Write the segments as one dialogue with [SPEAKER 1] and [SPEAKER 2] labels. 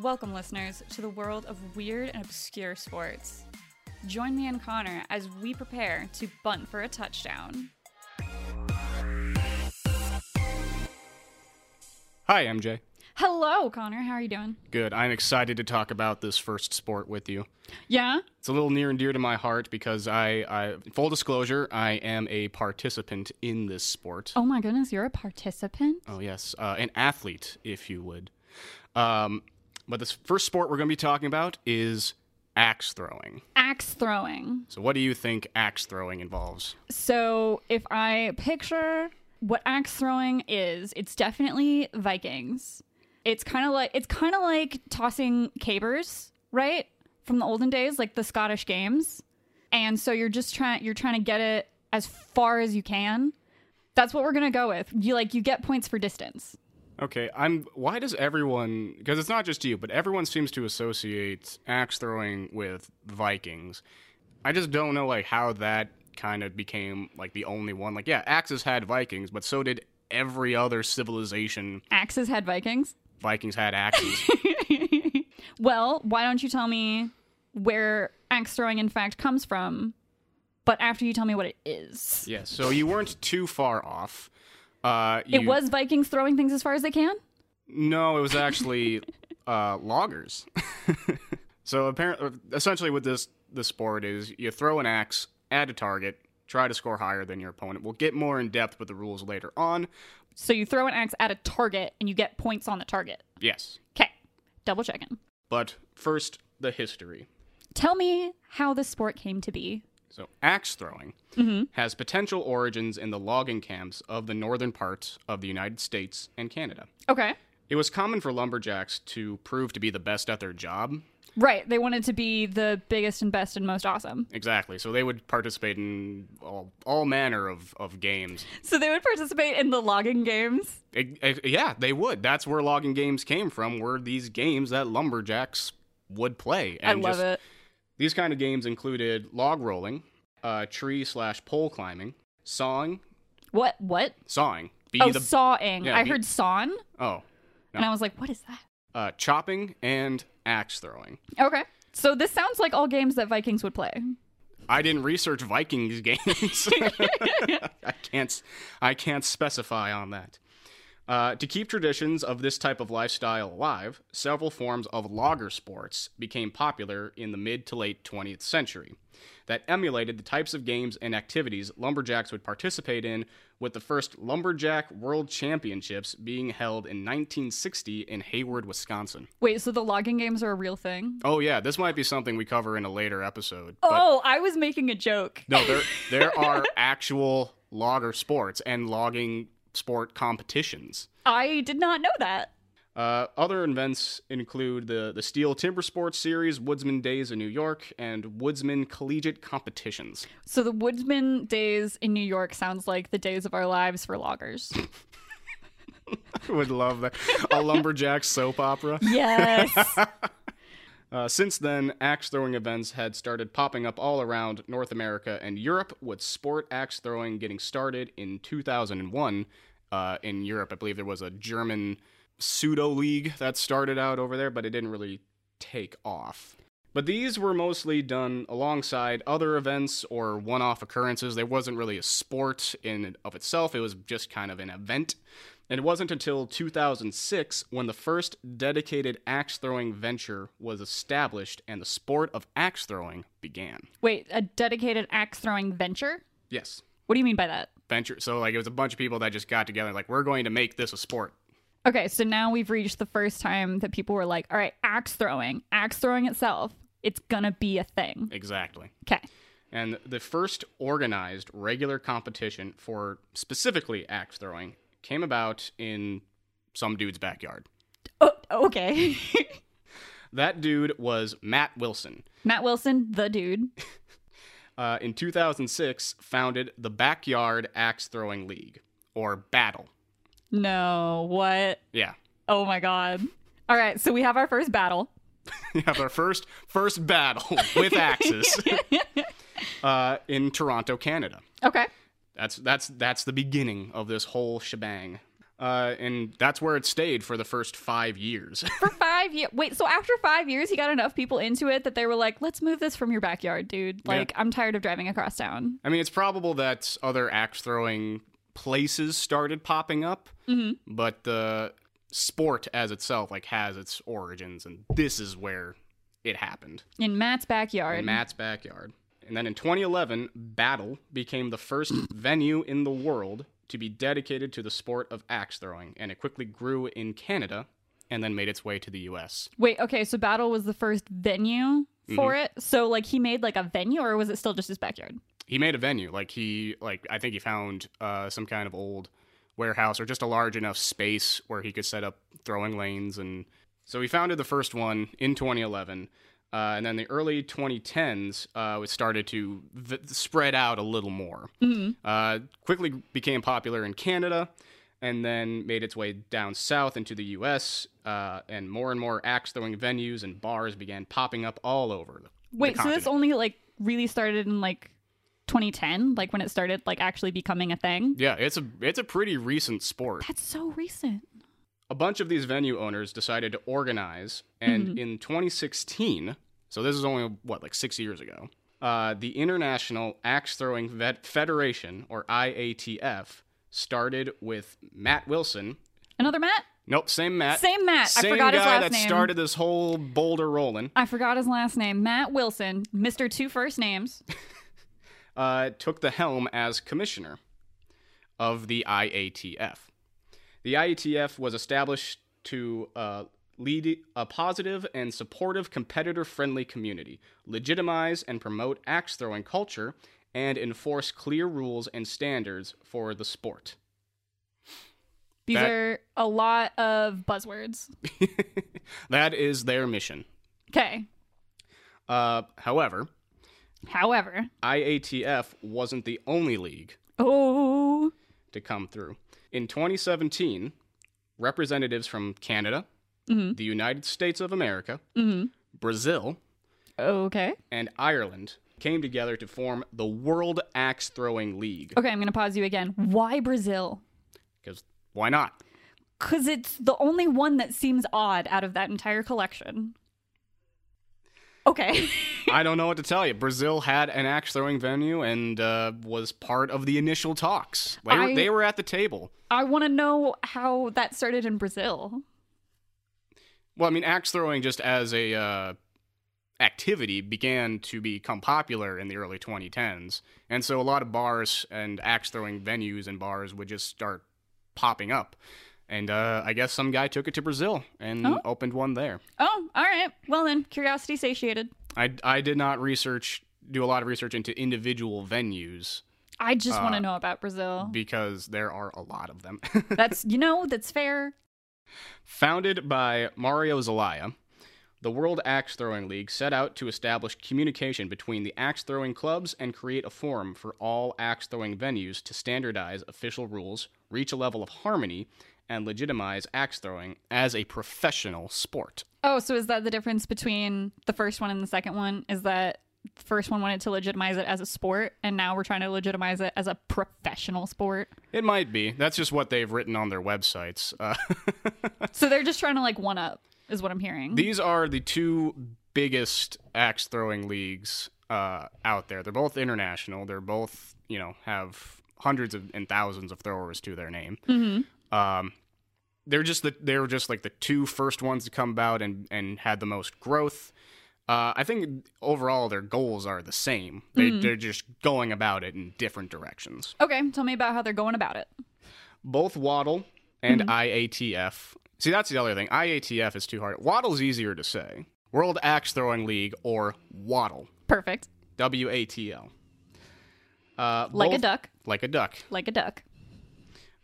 [SPEAKER 1] Welcome, listeners, to the world of weird and obscure sports. Join me and Connor as we prepare to bunt for a touchdown.
[SPEAKER 2] Hi, MJ.
[SPEAKER 1] Hello, Connor. How are you doing?
[SPEAKER 2] Good. I'm excited to talk about this first sport with you.
[SPEAKER 1] Yeah?
[SPEAKER 2] It's a little near and dear to my heart because I, I full disclosure, I am a participant in this sport.
[SPEAKER 1] Oh my goodness, you're a participant?
[SPEAKER 2] Oh, yes, uh, an athlete, if you would. Um, but this first sport we're going to be talking about is axe throwing.
[SPEAKER 1] Axe throwing.
[SPEAKER 2] So, what do you think axe throwing involves?
[SPEAKER 1] So, if I picture what axe throwing is, it's definitely Vikings. It's kind of like it's kind of like tossing cabers, right? From the olden days, like the Scottish games. And so you're just trying you're trying to get it as far as you can. That's what we're going to go with. You like you get points for distance.
[SPEAKER 2] Okay, I'm. Why does everyone? Because it's not just you, but everyone seems to associate axe throwing with Vikings. I just don't know like how that kind of became like the only one. Like, yeah, axes had Vikings, but so did every other civilization.
[SPEAKER 1] Axes had Vikings.
[SPEAKER 2] Vikings had axes.
[SPEAKER 1] well, why don't you tell me where axe throwing in fact comes from, but after you tell me what it is.
[SPEAKER 2] yeah, so you weren't too far off. Uh,
[SPEAKER 1] It
[SPEAKER 2] you-
[SPEAKER 1] was Vikings throwing things as far as they can?
[SPEAKER 2] No, it was actually uh, loggers. so apparently, essentially, what this this sport is, you throw an axe at a target, try to score higher than your opponent. We'll get more in depth with the rules later on.
[SPEAKER 1] So you throw an axe at a target and you get points on the target.
[SPEAKER 2] Yes,
[SPEAKER 1] Okay. Double checking.
[SPEAKER 2] but first the history.
[SPEAKER 1] Tell me how this sport came to be.
[SPEAKER 2] So axe throwing has potential origins in the logging camps of the northern parts of the United States and Canada.
[SPEAKER 1] Okay.
[SPEAKER 2] It was common for lumberjacks to prove to be the best at their job,
[SPEAKER 1] Right. They wanted to be the biggest and best and most awesome.
[SPEAKER 2] Exactly. So they would participate in all, all manner of, of games.
[SPEAKER 1] So they would participate in the logging games.
[SPEAKER 2] It- it- yeah, they would. That's where logging games came from, were these games that lumberjacks would play.
[SPEAKER 1] I love it.
[SPEAKER 2] These kind of games included log rolling, uh, tree slash pole climbing, sawing,
[SPEAKER 1] What? What?
[SPEAKER 2] sawing, be
[SPEAKER 1] Oh,
[SPEAKER 2] the
[SPEAKER 1] sawing.
[SPEAKER 2] yeah,
[SPEAKER 1] I
[SPEAKER 2] be-
[SPEAKER 1] heard sawn,
[SPEAKER 2] oh,
[SPEAKER 1] and I was like, what is that?
[SPEAKER 2] uh, chopping and axe throwing.
[SPEAKER 1] Okay. So this sounds like all games that Vikings would play.
[SPEAKER 2] I didn't research Vikings games. I can't I can't specify on that. Uh, to keep traditions of this type of lifestyle alive, several forms of logger sports became popular in the mid to late 20th century that emulated the types of games and activities lumberjacks would participate in, with the first Lumberjack World Championships being held in 1960 in Hayward, Wisconsin.
[SPEAKER 1] Wait, so the logging games are a real thing?
[SPEAKER 2] Oh, yeah, this might be something we cover in a later episode. but-
[SPEAKER 1] Oh, I was making a joke.
[SPEAKER 2] no, there there are actual logger sports and logging sport competitions.
[SPEAKER 1] I did not know that.
[SPEAKER 2] Uh, other events include the the Steel Timber Sports Series, Woodsman Days in New York, and Woodsman Collegiate Competitions.
[SPEAKER 1] So the Woodsman days in New York sounds like the days of our lives for loggers.
[SPEAKER 2] I would love that a lumberjack soap opera.
[SPEAKER 1] Yes.
[SPEAKER 2] Uh, since then, axe throwing events had started popping up all around North America and Europe, with sport axe throwing getting started in 2001 uh, in Europe. I believe there was a German pseudo league that started out over there, but it didn't really take off. But these were mostly done alongside other events or one off occurrences. There wasn't really a sport in and of itself, it was just kind of an event. And it wasn't until 2006 when the first dedicated axe throwing venture was established and the sport of axe throwing began.
[SPEAKER 1] Wait, a dedicated axe throwing venture?
[SPEAKER 2] Yes.
[SPEAKER 1] What do you mean by that?
[SPEAKER 2] Venture. So, like, it was a bunch of people that just got together, like, we're going to make this a sport.
[SPEAKER 1] Okay, so now we've reached the first time that people were like, all right, axe throwing, axe throwing itself, it's gonna be a thing.
[SPEAKER 2] Exactly.
[SPEAKER 1] Okay.
[SPEAKER 2] And the first organized regular competition for specifically axe throwing came about in some dude's backyard.
[SPEAKER 1] Oh, okay.
[SPEAKER 2] That dude was Matt Wilson.
[SPEAKER 1] Matt Wilson, the dude.
[SPEAKER 2] Uh, in 2006, founded the Backyard Axe Throwing League, or Battle.
[SPEAKER 1] No, what?
[SPEAKER 2] Yeah.
[SPEAKER 1] Oh my god. All right, so we have our first battle.
[SPEAKER 2] We have our first first battle with axes uh, in Toronto, Canada.
[SPEAKER 1] Okay.
[SPEAKER 2] That's that's that's the beginning of this whole shebang. Uh, and that's where it stayed for the first five years.
[SPEAKER 1] For five years. Wait, so after five years, he got enough people into it that they were like, let's move this from your backyard, dude. Like, I'm tired of driving across town.
[SPEAKER 2] I mean, it's probable that other axe throwing places started popping up, but the sport as itself like has its origins, and this is where it happened
[SPEAKER 1] In Matt's backyard.
[SPEAKER 2] in Matt's backyard. And then in 2011, Battle became the first venue in the world to be dedicated to the sport of axe throwing, and it quickly grew in Canada and then made its way to the U.S.
[SPEAKER 1] Wait, okay, so Battle was the first venue for
[SPEAKER 2] Mm-hmm.
[SPEAKER 1] it. So, like, he made like a venue, or was it still just his backyard?
[SPEAKER 2] he made a venue like he like i think he found uh, some kind of old warehouse or just a large enough space where he could set up throwing lanes and so he founded the first one in 2011 uh, and then the early 2010s uh, it started to v- spread out a little more uh, quickly became popular in canada and then made its way down south into the us uh, and more and more axe throwing venues and bars began popping up all over the
[SPEAKER 1] Wait, so
[SPEAKER 2] continent.
[SPEAKER 1] this only like really started in like 2010, like when it started like actually becoming a thing?
[SPEAKER 2] yeah it's a it's a pretty recent sport
[SPEAKER 1] That's so recent.
[SPEAKER 2] a bunch of these venue owners decided to organize, and
[SPEAKER 1] Mm-hmm.
[SPEAKER 2] in 2016, so this is only what like six years ago, uh, the International Axe Throwing Vet Federation or IATF started with Matt Wilson.
[SPEAKER 1] Another Matt?
[SPEAKER 2] Nope, same Matt.
[SPEAKER 1] Same Matt. I
[SPEAKER 2] Same
[SPEAKER 1] forgot
[SPEAKER 2] guy
[SPEAKER 1] his last
[SPEAKER 2] that
[SPEAKER 1] name.
[SPEAKER 2] started this whole boulder rolling.
[SPEAKER 1] I forgot his last name. Matt Wilson, Mr. Two First Names.
[SPEAKER 2] uh, took the helm as commissioner of the IATF. The IATF was established to uh, lead a positive and supportive competitor friendly community, legitimize and promote axe throwing culture, and enforce clear rules and standards for the sport.
[SPEAKER 1] These
[SPEAKER 2] That-
[SPEAKER 1] are a lot of buzzwords.
[SPEAKER 2] That is their mission.
[SPEAKER 1] Okay.
[SPEAKER 2] Uh, however,
[SPEAKER 1] However,
[SPEAKER 2] IATF wasn't the only league
[SPEAKER 1] oh,
[SPEAKER 2] to come through. In 2017, representatives from Canada, the United States of America, Brazil,
[SPEAKER 1] mm-hmm. okay.
[SPEAKER 2] and Ireland came together to form the World Axe Throwing League.
[SPEAKER 1] Okay, I'm going to pause you again. Why Brazil?
[SPEAKER 2] Because why not?
[SPEAKER 1] Because it's the only one that seems odd out of that entire collection. Okay.
[SPEAKER 2] I don't know what to tell you. Brazil had an axe throwing venue and uh, was part of the initial talks. They, were,
[SPEAKER 1] I-
[SPEAKER 2] they were at the table.
[SPEAKER 1] I want to know how that started in Brazil.
[SPEAKER 2] Well, I mean, axe throwing just as a uh, activity began to become popular in the early 2010s, and so a lot of bars and axe throwing venues and bars would just start popping up. And uh, I guess some guy took it to Brazil and
[SPEAKER 1] Oh.
[SPEAKER 2] opened one there.
[SPEAKER 1] Oh, all right. Well, then, curiosity satiated.
[SPEAKER 2] I I did not research do a lot of research into individual venues
[SPEAKER 1] I just want to know about Brazil.
[SPEAKER 2] because there are a lot of them.
[SPEAKER 1] That's, you know, that's fair.
[SPEAKER 2] Founded by Mario Zelaya, the World Axe Throwing League set out to establish communication between the axe throwing clubs and create a forum for all axe throwing venues to standardize official rules, reach a level of harmony, and legitimize axe throwing as a professional sport.
[SPEAKER 1] Oh, so is that the difference between the first one and the second one? Is that the first one wanted to legitimize it as a sport, and now we're trying to legitimize it as a professional sport?
[SPEAKER 2] It might be. That's just what they've written on their websites. Uh,
[SPEAKER 1] So they're just trying to, like, one up, is what I'm hearing.
[SPEAKER 2] these are the two biggest axe throwing leagues uh, out there. They're both international. They're both, you know, have hundreds of, and thousands of throwers to their name. Um, they're just the they were just like the two first ones to come about and and had the most growth. Uh, I think overall their goals are the same. They, They're just going about it in different directions.
[SPEAKER 1] okay, tell me about how they're going about it.
[SPEAKER 2] Both Waddle and
[SPEAKER 1] Mm-hmm.
[SPEAKER 2] IATF. See, that's the other thing. IATF is too hard. Waddle's easier to say. World Axe Throwing League or Waddle.
[SPEAKER 1] Perfect.
[SPEAKER 2] W A T L. Uh,
[SPEAKER 1] Like a
[SPEAKER 2] both-
[SPEAKER 1] duck,
[SPEAKER 2] Like a duck.
[SPEAKER 1] like a duck.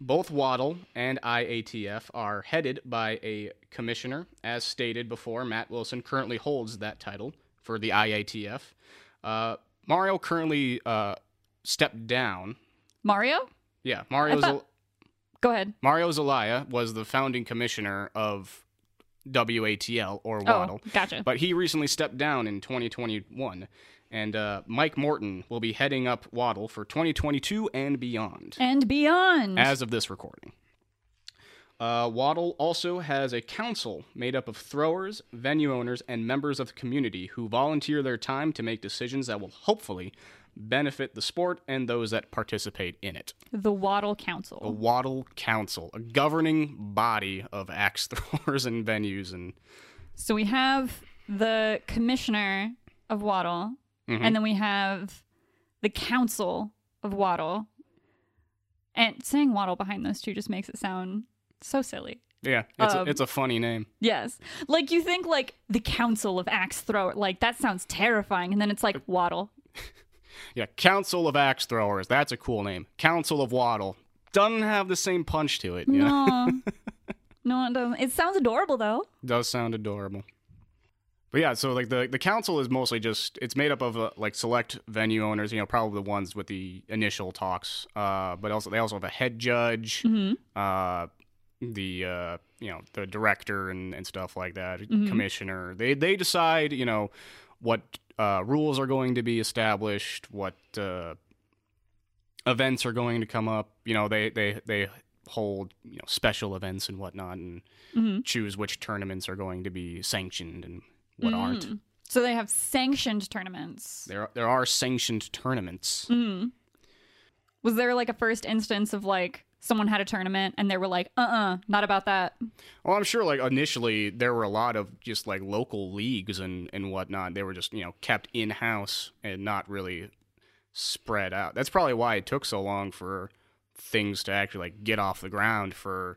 [SPEAKER 2] Both Waddle and IATF are headed by a commissioner. As stated before, Matt Wilson currently holds that title for the IATF. Uh, Mario currently uh, stepped down.
[SPEAKER 1] Mario?
[SPEAKER 2] Yeah, Mario's.
[SPEAKER 1] thought- Go ahead.
[SPEAKER 2] Mario Zelaya was the founding commissioner of WATL or Waddle,
[SPEAKER 1] Oh, gotcha.
[SPEAKER 2] but he recently stepped down in 2021, and uh, Mike Morton will be heading up Waddle for 2022 and beyond
[SPEAKER 1] and beyond.
[SPEAKER 2] as of this recording. Uh, Waddle also has a council made up of throwers, venue owners, and members of the community who volunteer their time to make decisions that will hopefully benefit the sport and those that participate in it.
[SPEAKER 1] The Waddle
[SPEAKER 2] The
[SPEAKER 1] Council.
[SPEAKER 2] Waddle Council, a governing body of axe throwers and venues, and
[SPEAKER 1] So we have the commissioner of Waddle, and then we have the council of Waddle. And saying Waddle behind those two just makes it sound so silly.
[SPEAKER 2] yeah, it's,
[SPEAKER 1] Um,
[SPEAKER 2] a, it's a funny name.
[SPEAKER 1] Yes. Like you think like the council of axe thrower like that sounds terrifying and then it's like waddle.
[SPEAKER 2] Yeah, Council of Axe Throwers. That's a cool name. Council of Waddle doesn't have the same punch to it. Yeah,
[SPEAKER 1] No. no, it doesn't. It sounds adorable though.
[SPEAKER 2] does sound adorable. But yeah, so like the the council is mostly just it's made up of uh, like select venue owners, you know, probably the ones with the initial talks. Uh, but also they also have a head judge,
[SPEAKER 1] Mm-hmm.
[SPEAKER 2] uh, the uh, you know the director and, and stuff like that, commissioner. They they decide you know what uh, rules are going to be established, what uh, events are going to come up. You know, they they they hold you know special events and whatnot, and
[SPEAKER 1] Mm-hmm.
[SPEAKER 2] choose which tournaments are going to be sanctioned and what aren't.
[SPEAKER 1] So they have sanctioned tournaments.
[SPEAKER 2] There there are sanctioned tournaments.
[SPEAKER 1] Mm-hmm. Was there like a first instance of like someone had a tournament and they were like, "Uh-uh, not about that."
[SPEAKER 2] Well, I'm sure like initially there were a lot of just like local leagues and and whatnot. They were just you know kept in house and not really spread out. That's probably why it took so long for things to actually like get off the ground for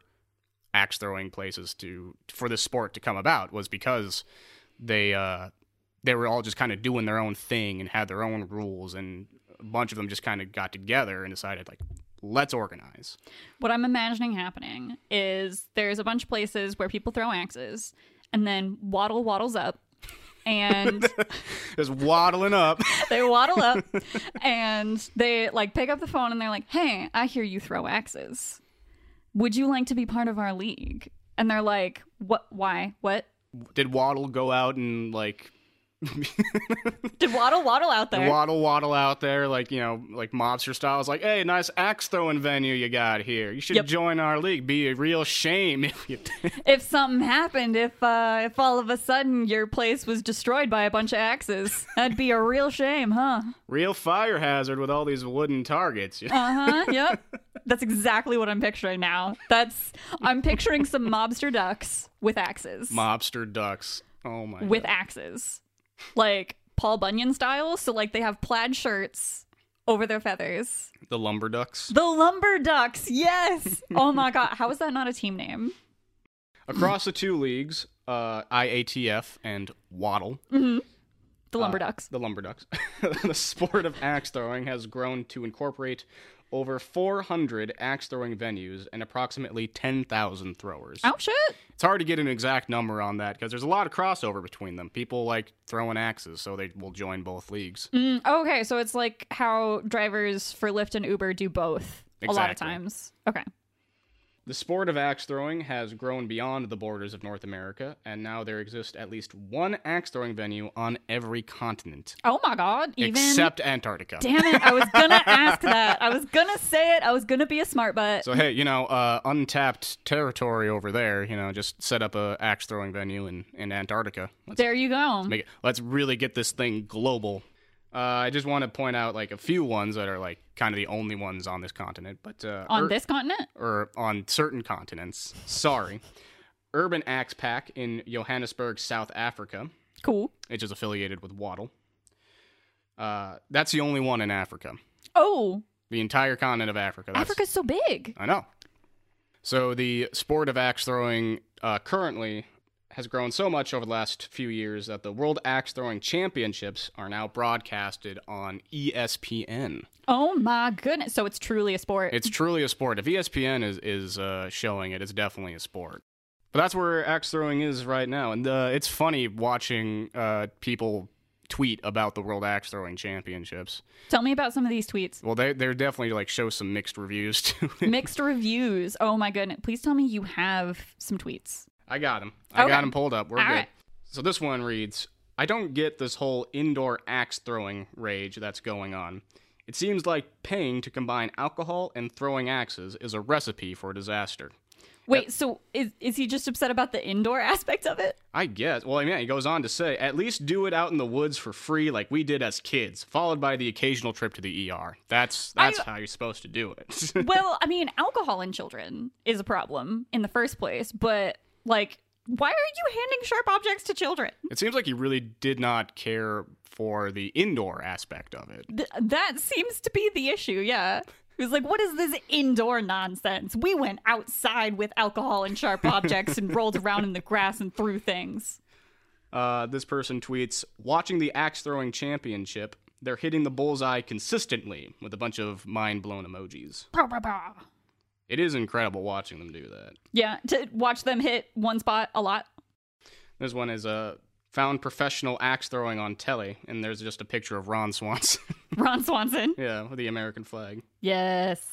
[SPEAKER 2] axe throwing places to for this sport to come about was because they uh they were all just kind of doing their own thing and had their own rules and a bunch of them just kind of got together and decided like let's organize.
[SPEAKER 1] What I'm imagining happening is there's a bunch of places where people throw axes and then waddle waddles up and
[SPEAKER 2] Just waddling up.
[SPEAKER 1] they waddle up and they like pick up the phone and they're like, "Hey, I hear you throw axes. Would you like to be part of our league?" And they're like, "What? Why? What?"
[SPEAKER 2] did Waddle go out and like
[SPEAKER 1] Did waddle waddle out there?
[SPEAKER 2] Waddle Waddle out there, like you know, like mobster style? It's like, hey, nice axe throwing venue you got here. You should
[SPEAKER 1] Yep.
[SPEAKER 2] join our league. Be a real shame if you. did."
[SPEAKER 1] if something happened, if uh, if all of a sudden your place was destroyed by a bunch of axes, that'd be a real shame, huh?
[SPEAKER 2] real fire hazard with all these wooden targets. you know?
[SPEAKER 1] Uh huh. yep. That's exactly what I'm picturing now. That's I'm picturing some mobster ducks with axes.
[SPEAKER 2] mobster ducks. Oh my.
[SPEAKER 1] with
[SPEAKER 2] God.
[SPEAKER 1] axes, like Paul Bunyan style. So like they have plaid shirts over their feathers.
[SPEAKER 2] the lumber ducks.
[SPEAKER 1] The lumber ducks, yes. Oh my god, how is that not a team name?
[SPEAKER 2] Across the two leagues, uh, IATF and Waddle.
[SPEAKER 1] The
[SPEAKER 2] Uh,
[SPEAKER 1] lumber ducks.
[SPEAKER 2] the Lumberducks. the sport of axe throwing has grown to incorporate over 400 axe throwing venues and approximately 10,000 throwers.
[SPEAKER 1] Oh shit.
[SPEAKER 2] It's hard to get an exact number on that because there's a lot of crossover between them. People like throwing axes, so they will join both leagues.
[SPEAKER 1] Mm, okay, so it's like how drivers for Lyft and Uber do both a lot
[SPEAKER 2] Exactly.
[SPEAKER 1] of times. Okay.
[SPEAKER 2] The sport of axe throwing has grown beyond the borders of North America, and now there exists at least one axe throwing venue on every continent
[SPEAKER 1] Oh my god, even
[SPEAKER 2] except Antarctica.
[SPEAKER 1] Damn it, I was gonna ask that. I was gonna say it. I was gonna be a smart butt.
[SPEAKER 2] So hey, you know, uh, untapped territory over there. You know, just set up a axe throwing venue in, in Antarctica. Let's
[SPEAKER 1] there you go.
[SPEAKER 2] make it. Let's really get this thing global. Uh, I just want to point out like a few ones that are like kind of the only ones on this continent, but uh,
[SPEAKER 1] On
[SPEAKER 2] Ur-
[SPEAKER 1] this continent?
[SPEAKER 2] or on certain continents. Sorry, Urban Axe Pack in Johannesburg, South Africa,
[SPEAKER 1] Cool.
[SPEAKER 2] which is affiliated with Waddle. Uh, that's the only one in Africa.
[SPEAKER 1] Oh,
[SPEAKER 2] The entire continent of Africa. That's,
[SPEAKER 1] Africa's so big.
[SPEAKER 2] I know. So the sport of axe throwing uh, currently has grown so much over the last few years that the World Axe Throwing Championships are now broadcasted on E ESPN.
[SPEAKER 1] Oh my goodness! So it's truly a sport.
[SPEAKER 2] It's truly a sport. If E ESPN is is uh, showing it, it's definitely a sport. But that's where axe throwing is right now, and uh, it's funny watching uh, people tweet about the World Axe Throwing Championships.
[SPEAKER 1] Tell me about some of these tweets.
[SPEAKER 2] Well, they they're definitely like show some mixed reviews to it.
[SPEAKER 1] Mixed reviews. Oh my goodness! Please tell me you have some tweets.
[SPEAKER 2] I got him. I
[SPEAKER 1] Okay.
[SPEAKER 2] got him pulled up. We're
[SPEAKER 1] All
[SPEAKER 2] good.
[SPEAKER 1] right.
[SPEAKER 2] So this one reads I don't get this whole indoor axe throwing rage that's going on. It seems like paying to combine alcohol and throwing axes is a recipe for disaster.
[SPEAKER 1] Wait, so is is he just upset about the indoor aspect of it?
[SPEAKER 2] I guess. Well, I mean, he goes on to say, at least do it out in the woods for free, like we did as kids, followed by the occasional trip to the ER. That's that's
[SPEAKER 1] I-
[SPEAKER 2] how you're supposed to do it.
[SPEAKER 1] well, I mean, alcohol in children is a problem in the first place, but like why are you handing sharp objects to children?
[SPEAKER 2] it seems like he really did not care for the indoor aspect of it.
[SPEAKER 1] Th- that seems to be the issue, yeah. He was like, what is this indoor nonsense? We went outside with alcohol and sharp objects and rolled around in the grass and threw things.
[SPEAKER 2] Uh, this person tweets, watching the axe throwing championship, they're hitting the bullseye consistently with a bunch of mind blown emojis.
[SPEAKER 1] Bah, bah, bah.
[SPEAKER 2] It is incredible watching them do that.
[SPEAKER 1] Yeah, to watch them hit one spot a lot.
[SPEAKER 2] This one is uh, found professional axe throwing on telly, and there's just a picture of Ron Swanson.
[SPEAKER 1] Ron Swanson.
[SPEAKER 2] yeah, with the American flag.
[SPEAKER 1] Yes.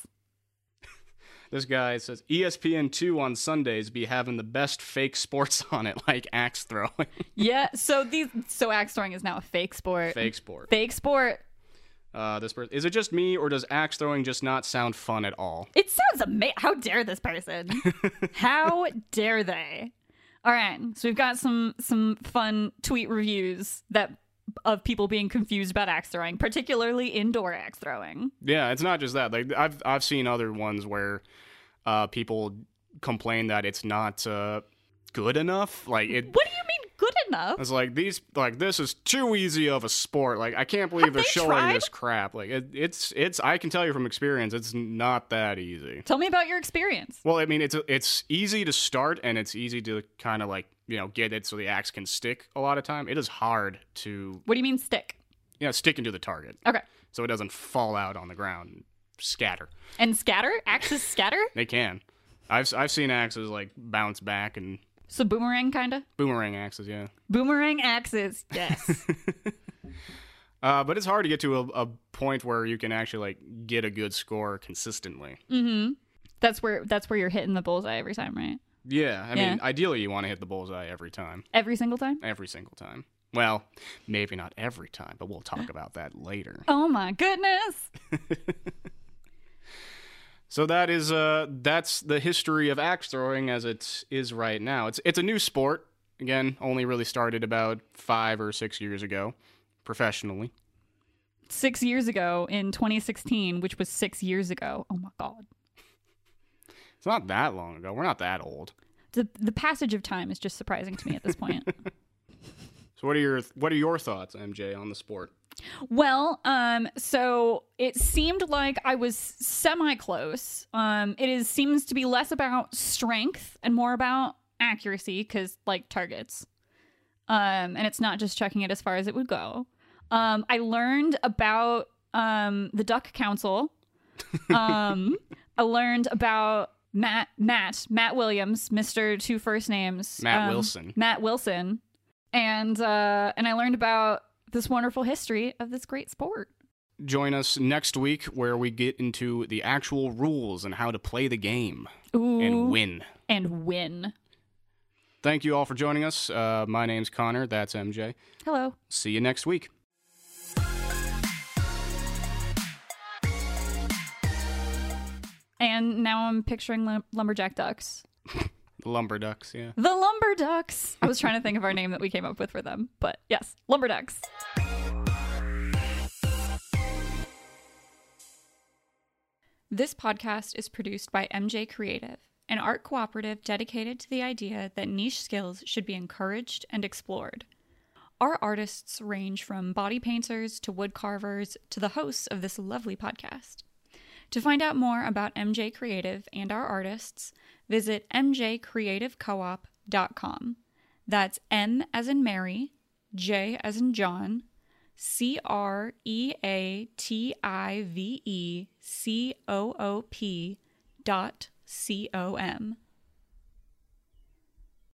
[SPEAKER 2] This guy says "E ESPN2 on Sundays be having the best fake sports on it, like axe throwing.
[SPEAKER 1] Yeah, so these so axe throwing is now a fake sport.
[SPEAKER 2] fake sport.
[SPEAKER 1] Fake sport.
[SPEAKER 2] Uh, this person is it just me or does axe throwing just not sound fun at all?
[SPEAKER 1] It sounds amazing. How dare this person? How dare they? All right, so we've got some some fun tweet reviews that of people being confused about axe throwing, particularly indoor axe throwing.
[SPEAKER 2] Yeah, it's not just that. Like I've I've seen other ones where uh, people complain that it's not uh, good enough. Like it.
[SPEAKER 1] What do you mean good enough?
[SPEAKER 2] It's like these, like this is too easy of a sport. Like I can't believe
[SPEAKER 1] Have
[SPEAKER 2] they're
[SPEAKER 1] they
[SPEAKER 2] showing
[SPEAKER 1] tried?
[SPEAKER 2] this crap. Like it, it's, it's. I can tell you from experience, it's not that easy.
[SPEAKER 1] Tell me about your experience.
[SPEAKER 2] Well, I mean, it's it's easy to start and it's easy to kind of like you know get it so the axe can stick. A lot of time, it is hard to
[SPEAKER 1] What do you mean stick?
[SPEAKER 2] you know stick into the target
[SPEAKER 1] Okay.
[SPEAKER 2] so it doesn't fall out on the ground and scatter.
[SPEAKER 1] And scatter? Axes scatter?
[SPEAKER 2] They can. I've I've seen axes like bounce back and
[SPEAKER 1] So boomerang kinda?
[SPEAKER 2] boomerang axes, yeah.
[SPEAKER 1] Boomerang axes. Yes.
[SPEAKER 2] Uh, but it's hard to get to a, a point where you can actually like get a good score consistently.
[SPEAKER 1] Mm-hmm. that's where that's where you're hitting the bullseye every time, right?
[SPEAKER 2] Yeah, I
[SPEAKER 1] Yeah.
[SPEAKER 2] mean, ideally you want to hit the bullseye every time,
[SPEAKER 1] Every single time?
[SPEAKER 2] every single time. Well, maybe not every time, but we'll talk about that later.
[SPEAKER 1] Oh my goodness.
[SPEAKER 2] So that is uh that's the history of axe throwing as it is right now. It's it's a new sport. Again, only really started about five or six years ago, professionally.
[SPEAKER 1] six years ago in 2016, which was six years ago. Oh my God.
[SPEAKER 2] It's not that long ago. We're not that old.
[SPEAKER 1] The, the passage of time is just surprising to me at this point.
[SPEAKER 2] So what are your what are your thoughts, MJ, on the sport?
[SPEAKER 1] well, um, so it seemed like I was semi close. Um, it is seems to be less about strength and more about accuracy because like targets. Um, and it's not just checking it as far as it would go. Um, I learned about um, the Duck Council. Um, I learned about Matt Matt Matt Williams, Mister Two First Names,
[SPEAKER 2] Matt
[SPEAKER 1] um,
[SPEAKER 2] Wilson.
[SPEAKER 1] Matt Wilson, and uh, and I learned about this wonderful history of this great sport.
[SPEAKER 2] Join us next week where we get into the actual rules and how to play the game
[SPEAKER 1] Ooh,
[SPEAKER 2] and win.
[SPEAKER 1] and win.
[SPEAKER 2] Thank you all for joining us. Uh, my name's Connor. That's MJ.
[SPEAKER 1] Hello.
[SPEAKER 2] See you next week.
[SPEAKER 1] And now I'm picturing lum- lumberjack ducks.
[SPEAKER 2] Lumberducks, yeah.
[SPEAKER 1] The lumberducks. I was trying to think of our name that we came up with for them, but yes, lumberducks. This podcast is produced by MJ Creative, an art cooperative dedicated to the idea that niche skills should be encouraged and explored. Our artists range from body painters to wood carvers to the hosts of this lovely podcast. To find out more about MJ Creative and our artists, visit mjcreativecoop.com. That's M as in Mary, J as in John, C R E A T I V E C O O P dot C O M.